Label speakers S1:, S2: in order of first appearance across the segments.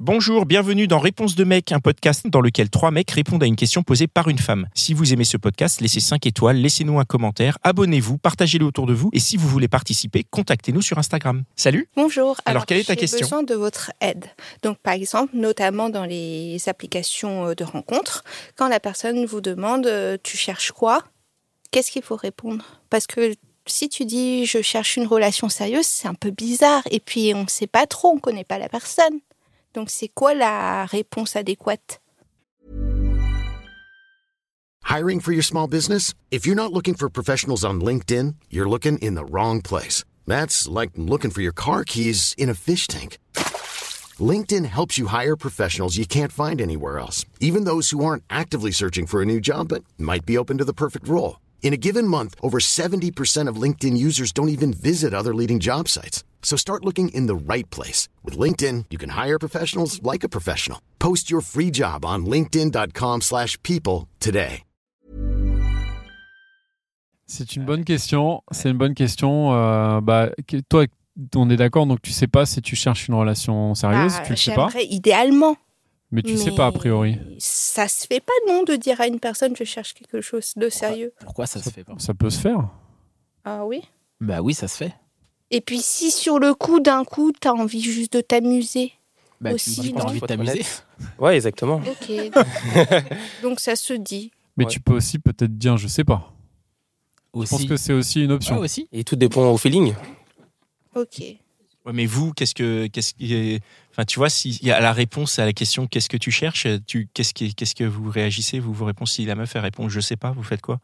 S1: Bonjour, bienvenue dans Réponse de mec, un podcast dans lequel trois mecs répondent à une question posée par une femme. Si vous aimez ce podcast, laissez 5 étoiles, laissez-nous un commentaire, abonnez-vous, partagez-le autour de vous et si vous voulez participer, contactez-nous sur Instagram. Salut
S2: Bonjour.
S1: Alors, quelle est ta question
S2: J'ai besoin de votre aide. Donc, par exemple, notamment dans les applications euh, de rencontres, quand la personne vous demande euh, tu cherches quoi, qu'est-ce qu'il faut répondre Parce que si tu dis je cherche une relation sérieuse, c'est un peu bizarre. Et puis, on ne sait pas trop, on ne connaît pas la personne. Donc, c'est quoi la réponse adéquate
S3: Hiring for your small business? If you're not looking for professionals on LinkedIn, you're looking in the wrong place. That's like looking for your car keys in a fish tank. LinkedIn helps you hire professionals you can't find anywhere else, even those who aren't actively searching for a new job but might be open to the perfect role. In a given month, over 70% of LinkedIn users don't even visit other leading job sites. So start looking in the right place. With LinkedIn, you can hire professionals like a professional. Post your free job on linkedin.com/people slash people today.
S4: C'est une bonne question. C'est une bonne question. Euh, bah, que- toi, on est d'accord, donc tu sais pas si tu cherches une relation sérieuse,
S2: Bah,
S4: tu le sais pas,
S2: J'aimerais idéalement.
S4: mais tu sais
S2: mais
S4: pas a priori.
S2: Ça se fait pas, non, de dire à une personne je cherche quelque chose de sérieux.
S5: Pourquoi ça se fait pas
S4: Ça peut se faire.
S2: Ah oui
S5: Bah oui, ça se fait.
S2: Et puis si sur le coup, d'un coup, t'as envie juste de t'amuser.
S5: Bah,
S2: Aussi,
S5: tu me dis que
S2: non.
S5: t'as envie de t'amuser.
S6: Ouais, exactement.
S2: Ok. Donc ça se dit.
S4: Mais
S6: Ouais.
S4: tu peux aussi peut-être dire je sais pas. Je pense
S5: Aussi. Ah.
S4: que c'est aussi une
S5: Ouais,
S4: option.
S5: aussi.
S6: Et tout dépend au feeling.
S2: Ok.
S1: Ouais, mais vous, qu'est-ce que qu'est-ce qui est- enfin tu vois si il y a la réponse à la question qu'est-ce que tu cherches, tu qu'est-ce qui qu'est-ce que vous réagissez, vous vous répondez si la meuf elle répond je sais pas, vous faites quoi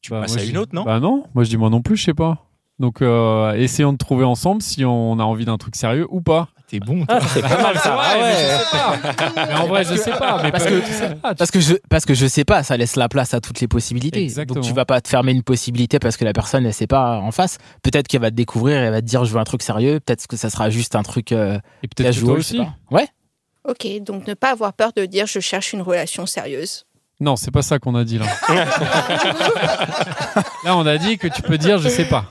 S1: Tu
S4: Bah,
S1: passes
S4: moi,
S1: à
S4: je
S1: une
S4: dis-
S1: autre, non
S4: Bah non, moi je dis moi non plus, je sais pas. Donc euh, essayons de trouver ensemble si on a envie d'un truc sérieux ou pas.
S1: T'es bon. toi.
S5: Ah, c'est pas mal ça. Ah ouais.
S4: Mais en vrai, je sais pas. Mais
S5: Parce
S4: peut-être
S5: que-
S4: tu sais pas.
S5: Parce que je parce que je sais pas, ça laisse la place à toutes les possibilités.
S4: Exactement.
S5: Donc tu vas pas te fermer une possibilité parce que la personne elle sait pas en face. Peut-être qu'elle va te découvrir, elle va te dire je veux un truc sérieux. Peut-être que ça sera juste un truc euh,
S4: Et peut-être que toi
S5: casual. je sais
S4: aussi.
S5: pas. Ouais.
S2: Ok, donc ne pas avoir peur de dire je cherche une relation sérieuse.
S4: Non, c'est pas ça qu'on a dit là. là, on a dit que tu peux dire je sais pas.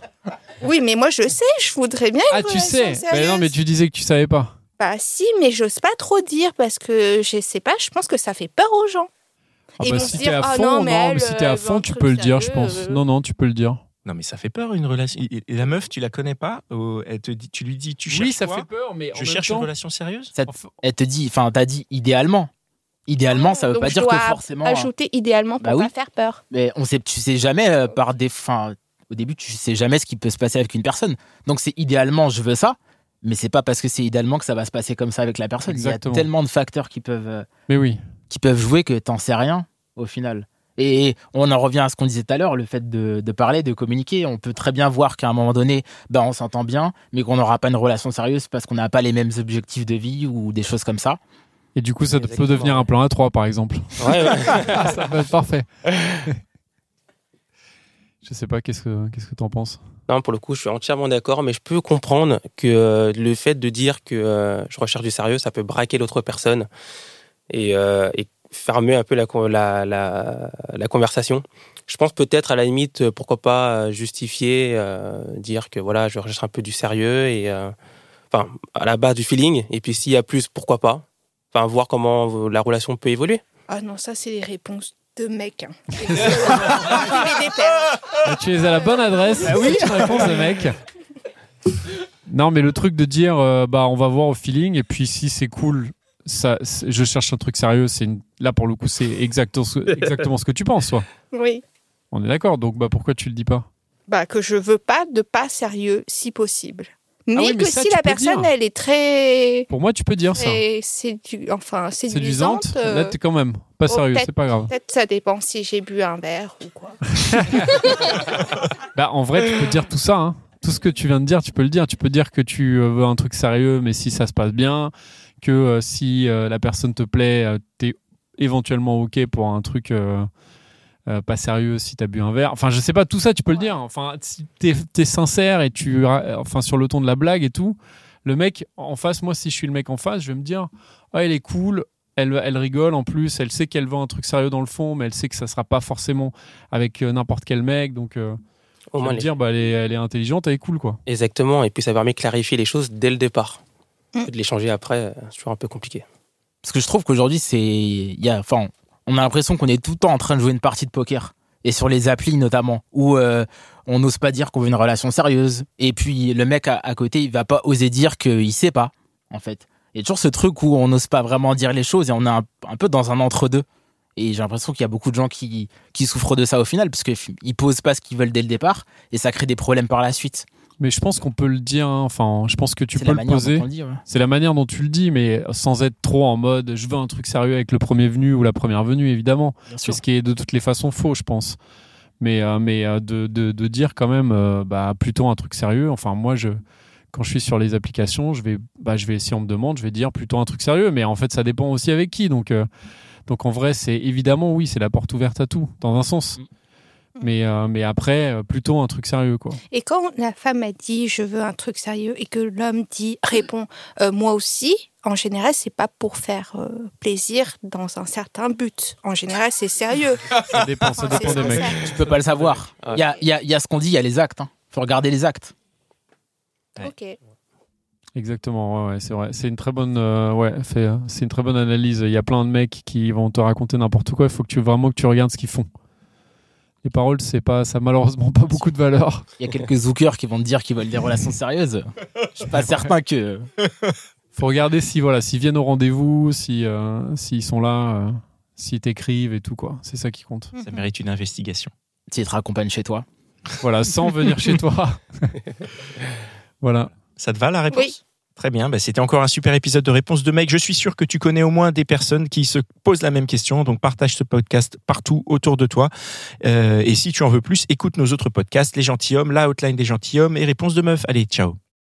S2: Oui, mais moi je sais, je voudrais bien une
S4: Ah, tu
S2: relation
S4: sais. Mais
S2: sérieuse.
S4: non, mais tu disais que tu savais pas.
S2: Bah si, mais j'ose pas trop dire parce que je sais pas, je pense que ça fait peur aux gens.
S4: Ah
S2: Ils
S4: bah,
S2: vont
S4: si
S2: se
S4: t'es
S2: dire,
S4: à
S2: ah
S4: fond,
S2: non,
S4: non,
S2: mais
S4: mais
S2: elle,
S4: si t'es à
S2: elle veut un
S4: fond, tu
S2: truc
S4: peux le dire, je
S2: sérieux,
S4: pense.
S2: euh.
S4: Non, non, tu peux le dire.
S1: Non mais ça fait peur une relation. Et et la meuf, tu la connais pas, oh, elle te dit tu lui dis tu cherches quoi
S4: peur, mais
S1: Je cherche une relation sérieuse
S5: Elle te dit, enfin t'as dit idéalement. Idéalement, ça veut
S2: Donc,
S5: pas
S2: je
S5: dire que
S2: dois
S5: forcément.
S2: Ajouter idéalement pour
S5: Bah oui.
S2: pas faire peur.
S5: Mais on sait, tu sais jamais euh, par des. Fin, au début, tu sais jamais ce qui peut se passer avec une personne. Donc c'est idéalement, je veux ça, mais c'est pas parce que c'est idéalement que ça va se passer comme ça avec la personne.
S4: Exactement.
S5: Il y a tellement de facteurs qui peuvent, euh,
S4: Mais oui.
S5: qui peuvent jouer que t'en sais rien au final. Et on en revient à ce qu'on disait tout à l'heure, le fait de, de parler, de communiquer. On peut très bien voir qu'à un moment donné, bah, on s'entend bien, mais qu'on n'aura pas une relation sérieuse parce qu'on n'a pas les mêmes objectifs de vie ou des choses comme ça.
S4: Et du coup, ça peut
S6: Exactement.
S4: devenir un plan A3, par exemple.
S6: Ouais, ouais.
S4: Ah, ça peut être parfait. je sais pas, qu'est-ce que qu'est-ce que t'en penses
S6: Non, pour le coup, je suis entièrement d'accord, mais je peux comprendre que euh, le fait de dire que euh, je recherche du sérieux, ça peut braquer l'autre personne et, euh, et fermer un peu la, con- la, la, la conversation. Je pense peut-être à la limite, euh, pourquoi pas euh, justifier, euh, dire que voilà, je recherche un peu du sérieux et euh, enfin à la base du feeling. Et puis s'il y a plus, pourquoi pas Enfin, voir comment euh, la relation peut évoluer.
S2: Ah non, ça c'est les réponses de mecs. hein. Je vais les perdre.
S4: Ah, Tu es à la bonne adresse.
S5: Ah oui.
S4: C'est une réponse de mec. Non, mais le truc de dire, euh, bah, on va voir au feeling, et puis si c'est cool, ça, c'est- je cherche un truc sérieux. C'est une- là pour le coup, c'est exactement ce- exactement ce que tu penses, toi.
S2: Oui.
S4: On est d'accord. Donc, bah, pourquoi tu le dis pas
S2: bah, que je veux pas de pas sérieux si possible. Mais
S4: Ah oui, mais
S2: que
S4: ça,
S2: si
S4: tu
S2: la
S4: peux
S2: personne,
S4: dire.
S2: elle est très,
S4: Pour moi, tu peux dire ça.
S2: très sédu- enfin, séduisante,
S4: Séduisante.
S2: euh,
S4: Là, t'es quand même pas
S2: oh,
S4: sérieux.
S2: peut-être.
S4: C'est pas grave.
S2: peut-être ça dépend si j'ai bu un verre ou quoi.
S4: Bah, en vrai, tu peux dire tout ça. hein. Tout ce que tu viens de dire, tu peux le dire. Tu peux dire que tu euh, veux un truc sérieux, mais si ça se passe bien, que euh, si euh, la personne te plaît, euh, t'es éventuellement OK pour un truc euh, euh, pas sérieux si t'as bu un verre. Enfin, je sais pas, tout ça, tu peux le dire. Enfin, si t'es es sincère et tu. ra- Enfin, sur le ton de la blague et tout, le mec en face, moi, si je suis le mec en face, je vais me dire Ah, elle est cool. Elle, elle rigole en plus, elle sait qu'elle veut un truc sérieux dans le fond, mais elle sait que ça sera pas forcément avec euh, n'importe quel mec. Donc, euh,
S6: Au
S4: je vais
S6: moins,
S4: me dire, bah, elle, est, elle est intelligente, elle est cool, quoi.
S6: Exactement, et puis ça permet de clarifier les choses dès le départ.
S2: Mm.
S6: De l'échanger après, euh, c'est toujours un peu compliqué.
S5: Parce que je trouve qu'aujourd'hui, c'est. il Y a, enfin, on a l'impression qu'on est tout le temps en train de jouer une partie de poker. Et sur les applis notamment, où euh, on n'ose pas dire qu'on veut une relation sérieuse. Et puis le mec à, à côté, il va pas oser dire qu'il sait pas, en fait. Il y a toujours ce truc où on n'ose pas vraiment dire les choses et on est un, un peu dans un entre-deux. Et j'ai l'impression qu'il y a beaucoup de gens qui, qui souffrent de ça au final, parce qu'ils posent pas ce qu'ils veulent dès le départ et ça crée des problèmes par la suite.
S4: Mais je pense qu'on peut le dire. hein. Enfin, je pense que tu
S5: C'est
S4: peux
S5: la
S4: le
S5: manière
S4: poser.
S5: dont on le dit, ouais.
S4: C'est la manière dont tu le dis, mais sans être trop en mode je veux un truc sérieux avec le premier venu ou la première venue, évidemment.
S5: Bien
S4: C'est
S5: sûr.
S4: ce qui est de toutes les façons faux, je pense. Mais, euh, mais euh, de, de- de dire quand même euh, bah, plutôt un truc sérieux. Enfin, moi, je, quand je suis sur les applications, je vais, bah, je vais, si on me demande, je vais dire plutôt un truc sérieux. Mais en fait, ça dépend aussi avec qui. Donc, euh, donc en vrai, c'est évidemment, oui, c'est la porte ouverte à tout, dans un sens. Mais, euh, mais après, euh, plutôt un truc sérieux, quoi.
S2: Et quand la femme a dit je veux un truc sérieux et que l'homme dit répond euh, moi aussi, en général c'est pas pour faire euh, plaisir dans un certain but. En général c'est sérieux.
S4: Ça dépend, ça
S2: C'est
S4: dépend des mecs.
S2: sincère.
S5: Tu peux pas le savoir.
S6: Ouais.
S5: Il y a, il y a- il y a ce qu'on dit, il y a les actes. hein. Faut regarder les actes.
S6: Ouais.
S2: Ok.
S4: Exactement, ouais, ouais, c'est vrai. C'est une très bonne, euh, ouais, fait, euh, c'est une très bonne analyse. Il y a plein de mecs qui vont te raconter n'importe quoi. Il faut que tu vraiment que tu regardes ce qu'ils font. Les paroles, c'est pas, ça a malheureusement pas beaucoup de valeur.
S5: Il y a quelques zookers qui vont te dire qu'ils veulent des relations sérieuses. Je suis pas certain que.
S4: Faut regarder si voilà, s'ils viennent au rendez-vous, si euh, s'ils sont là, euh, s'ils t'écrivent et tout quoi. C'est ça qui compte.
S1: Ça mérite une investigation.
S5: Tu te raccompagnes chez toi.
S4: Voilà, sans venir chez toi. voilà.
S1: Ça te va la réponse
S2: Oui.
S1: Très bien, bah, c'était encore un super épisode de Réponse de Mec. Je suis sûr que tu connais au moins des personnes qui se posent la même question, donc partage ce podcast partout autour de toi. Euh, et si tu en veux plus, écoute nos autres podcasts, Les Gentilshommes, La Hotline des Gentilshommes et Réponse de Meuf. Allez, ciao